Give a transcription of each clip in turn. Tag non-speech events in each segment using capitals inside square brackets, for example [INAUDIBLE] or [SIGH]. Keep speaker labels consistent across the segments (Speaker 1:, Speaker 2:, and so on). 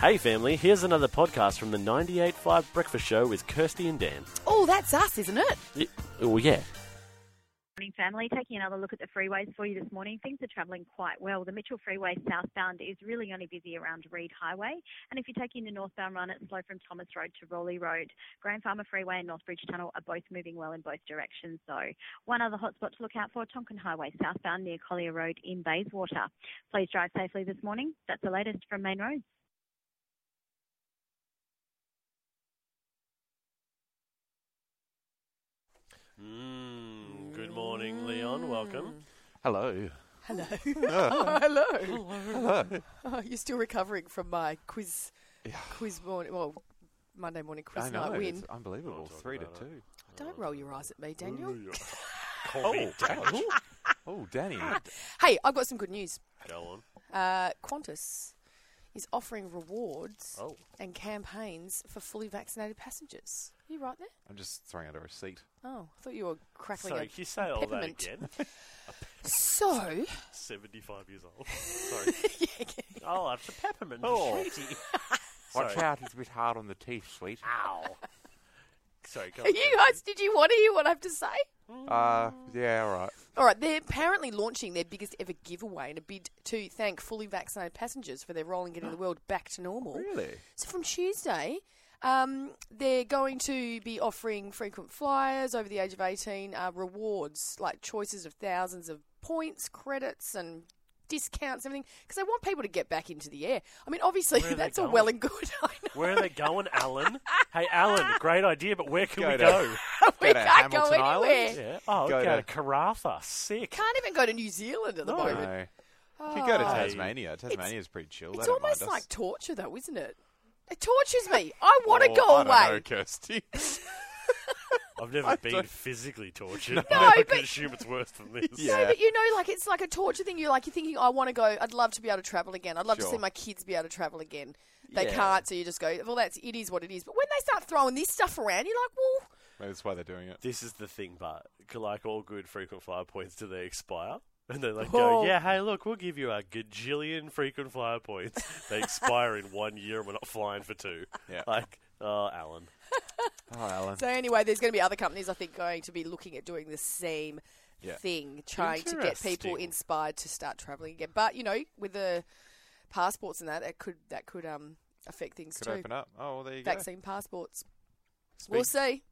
Speaker 1: Hey, family, here's another podcast from the 98.5 Breakfast Show with Kirsty and Dan.
Speaker 2: Oh, that's us, isn't it?
Speaker 1: Y- Oh, yeah.
Speaker 3: Morning, family. Taking another look at the freeways for you this morning. Things are travelling quite well. The Mitchell Freeway southbound is really only busy around Reed Highway. And if you're taking the northbound run, it's slow from Thomas Road to Raleigh Road. Grand Farmer Freeway and Northbridge Tunnel are both moving well in both directions, though. One other hotspot to look out for Tonkin Highway southbound near Collier Road in Bayswater. Please drive safely this morning. That's the latest from Main Roads.
Speaker 1: Mm, good morning,
Speaker 2: Hmm.
Speaker 1: Leon. Welcome.
Speaker 4: Hello.
Speaker 2: Hello. oh, [LAUGHS] hello.
Speaker 4: Hello.
Speaker 2: Oh, you're still recovering from my quiz,
Speaker 4: Yeah.
Speaker 2: quiz morning, well, Monday morning
Speaker 4: I
Speaker 2: quiz
Speaker 4: know.
Speaker 2: night win.
Speaker 4: It's unbelievable.
Speaker 1: talk
Speaker 4: Three to
Speaker 1: about it.
Speaker 4: two.
Speaker 2: Don't roll your eyes at me, Daniel.
Speaker 1: Call me Dad.
Speaker 4: Oh, Danny.
Speaker 2: Hey, I've got some good news.
Speaker 1: Go on.
Speaker 2: Uh, Qantas is offering rewards
Speaker 1: Oh.
Speaker 2: and campaigns for fully vaccinated passengers. Are you right there?
Speaker 4: I'm just throwing out a receipt.
Speaker 2: Oh, I thought you were crackling.
Speaker 1: Sorry,
Speaker 2: a
Speaker 1: can you say all that
Speaker 2: peppermint. [LAUGHS]
Speaker 1: again?
Speaker 4: [LAUGHS]
Speaker 2: So, [LAUGHS]
Speaker 1: 75 years old. Sorry. Oh, after peppermint.
Speaker 4: Oh.
Speaker 1: Sweetie.
Speaker 5: Watch
Speaker 1: Sorry.
Speaker 5: out, it's a bit hard on the teeth, sweet.
Speaker 1: Ow. Sorry, go on.
Speaker 2: you guys, did you want to hear what I have to say?
Speaker 5: Uh, yeah, all right.
Speaker 2: All right, they're apparently launching their biggest ever giveaway in a bid to thank fully vaccinated passengers for their role in getting the world back to normal.
Speaker 4: Really?
Speaker 2: So from Tuesday, um, they're going to be offering frequent flyers over the age of 18 uh, rewards, like choices of thousands of points, credits, and discounts, everything, because they want people to get back into the air. I mean, obviously,
Speaker 1: Where are they
Speaker 2: that's all
Speaker 1: going?
Speaker 2: well and good. [LAUGHS] I know.
Speaker 1: Where are they going, Alan? hey,
Speaker 2: [LAUGHS]
Speaker 1: Alan, great idea, but where can
Speaker 4: Go
Speaker 1: we
Speaker 4: to-
Speaker 1: go?
Speaker 2: we
Speaker 4: Go to
Speaker 2: can't go
Speaker 4: Hamilton Island?
Speaker 2: anywhere.
Speaker 1: yeah. Oh, go,
Speaker 4: Go
Speaker 1: to
Speaker 4: to-
Speaker 1: Carafa.
Speaker 2: [LAUGHS]
Speaker 1: Sick.
Speaker 2: Can't even go to New Zealand at the
Speaker 1: No.
Speaker 4: No.
Speaker 2: moment.
Speaker 4: You could go to
Speaker 2: Oh.
Speaker 4: Tasmania. Tasmania's pretty chill. They
Speaker 2: It's
Speaker 4: don't mind
Speaker 2: almost
Speaker 4: us.
Speaker 2: like torture, though, isn't it? It tortures me. I want to
Speaker 4: Oh,
Speaker 2: go
Speaker 4: I
Speaker 2: away.
Speaker 4: don't know, Kirsty. [LAUGHS]
Speaker 1: I've never been
Speaker 4: don't-
Speaker 1: physically tortured, but
Speaker 2: No,
Speaker 1: I
Speaker 2: but-
Speaker 1: can assume it's worse than this.
Speaker 2: No,
Speaker 4: yeah.
Speaker 2: but you know, like it's like a torture thing. You're like you're thinking, I want to go. I'd love to be able to travel again. I'd love to
Speaker 4: Sure.
Speaker 2: see my kids be able to travel again. They
Speaker 4: Yeah.
Speaker 2: can't, so you just go. Well, that's it is what it is. But when they start throwing this stuff around, you're like, well,
Speaker 4: Maybe that's why they're doing it.
Speaker 1: This is the thing, but c- like all good frequent flyer points, do they expire? [LAUGHS] And they like
Speaker 2: Oh.
Speaker 1: go, yeah, hey, look, we'll give you a gajillion frequent flyer points. They expire in one year, and we're not flying for two.
Speaker 4: Yeah.
Speaker 1: Like, oh, Alan,
Speaker 4: Oh, Alan.
Speaker 2: so anyway, there's going to be other companies I think going to be looking at doing the same
Speaker 4: Yeah.
Speaker 2: thing, trying to get people
Speaker 1: Interesting.
Speaker 2: inspired to start traveling again. But you know, with the passports and that, it could that could um affect things
Speaker 4: Could
Speaker 2: too.
Speaker 4: open up. Oh, well, there you go.
Speaker 2: Vaccine passports.
Speaker 4: Speak-
Speaker 2: We'll see.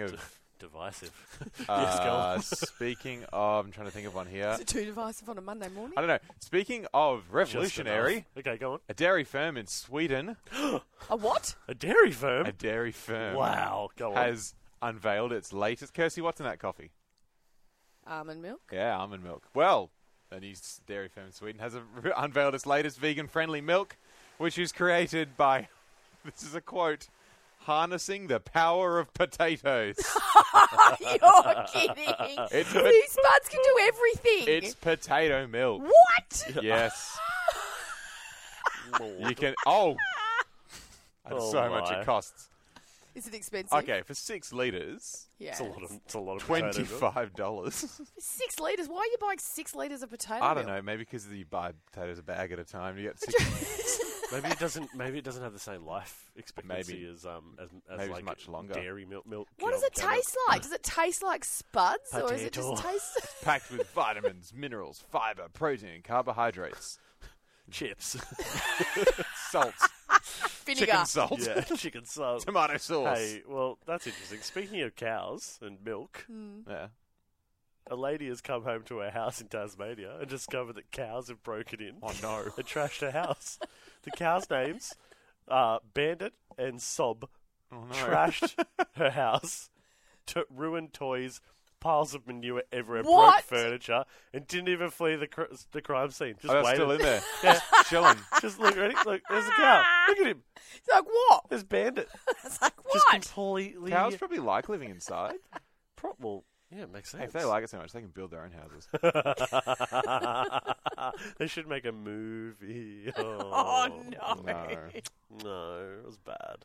Speaker 1: [LAUGHS]
Speaker 4: of,
Speaker 1: divisive. [LAUGHS] yes, go
Speaker 4: uh,
Speaker 1: on.
Speaker 4: speaking of, I'm trying to think of one here.
Speaker 2: Is it too divisive on a Monday morning?
Speaker 4: Uh. I don't know. Speaking of
Speaker 1: Just
Speaker 4: revolutionary,
Speaker 1: enough. Okay, go on.
Speaker 4: a dairy firm in Sweden,
Speaker 2: A
Speaker 4: [LAUGHS]
Speaker 2: what?
Speaker 1: A dairy firm.
Speaker 4: a dairy firm,
Speaker 1: wow, go on.
Speaker 4: has unveiled its latest. Kirsty, what's in that coffee?
Speaker 2: Almond milk. [LAUGHS]
Speaker 4: Yeah, almond milk. Well, a new s- dairy firm in Sweden has a- [LAUGHS] unveiled its latest vegan friendly milk, which is created by, [LAUGHS] this is a quote, harnessing the power
Speaker 1: [LAUGHS]
Speaker 4: of potatoes.
Speaker 2: You're kidding.
Speaker 4: [LAUGHS] It's-
Speaker 2: These spuds can do everything.
Speaker 4: it's potato milk.
Speaker 2: what?
Speaker 1: [LAUGHS]
Speaker 4: Yes.
Speaker 1: Lord.
Speaker 4: You can.
Speaker 1: [LAUGHS]
Speaker 4: Oh! That's
Speaker 1: Oh
Speaker 4: so much
Speaker 1: my.
Speaker 4: it costs.
Speaker 2: Is it expensive?
Speaker 4: Okay, for six litres,
Speaker 2: Yeah.
Speaker 1: It's a lot of. It's a lot of potatoes, isn't it?
Speaker 4: $25.
Speaker 2: Six litres. Why are you buying six litres of potato
Speaker 4: I don't
Speaker 2: milk?
Speaker 4: know, maybe because you buy potatoes a bag at a time, you get six,
Speaker 1: Maybe it doesn't. Maybe it doesn't have the same life expectancy
Speaker 4: Maybe.
Speaker 1: as um as, as
Speaker 4: Maybe it's
Speaker 1: like
Speaker 4: much longer.
Speaker 1: dairy milk milk. um,
Speaker 2: What does it
Speaker 1: cow milk.
Speaker 2: taste like? Does it taste like spuds? Or is it just
Speaker 1: Potato.
Speaker 2: taste.
Speaker 1: [LAUGHS]
Speaker 4: packed with vitamins, minerals, fiber, protein, and carbohydrates,
Speaker 1: Chips.
Speaker 4: salt,
Speaker 2: Vinegar.
Speaker 4: chicken
Speaker 1: [LAUGHS]
Speaker 4: salt,
Speaker 1: yeah, chicken sauce.
Speaker 4: [LAUGHS] tomato sauce.
Speaker 1: Hey, well,
Speaker 4: [LAUGHS]
Speaker 1: that's interesting. Speaking of cows and milk,
Speaker 4: Yeah.
Speaker 1: a lady has come home to her house in Tasmania and discovered that cows have broken in
Speaker 4: Oh no.
Speaker 1: and trashed her house. the cows' names are Bandit and Sob.
Speaker 4: Oh no.
Speaker 1: Trashed her house, to ruined toys, piles of manure everywhere,
Speaker 2: What?
Speaker 1: broke furniture, and didn't even flee the cr- the crime scene. Just
Speaker 4: Oh, that's
Speaker 1: waited.
Speaker 4: still in [LAUGHS] there.
Speaker 1: Yeah.
Speaker 4: Chilling.
Speaker 1: Just look, ready? Look, there's a cow. Look at him.
Speaker 2: It's like what? [LAUGHS]
Speaker 1: There's Bandit.
Speaker 2: It's like
Speaker 1: Just
Speaker 2: what?
Speaker 1: completely.
Speaker 4: Cows probably like living [LAUGHS] inside.
Speaker 1: Pro- well, yeah, it makes sense.
Speaker 4: Hey, if they like it so much, they can build their own houses.
Speaker 1: [LAUGHS] they should make a movie.
Speaker 2: [LAUGHS] Oh,
Speaker 1: Oh,
Speaker 2: no.
Speaker 4: No.
Speaker 1: No, it was bad.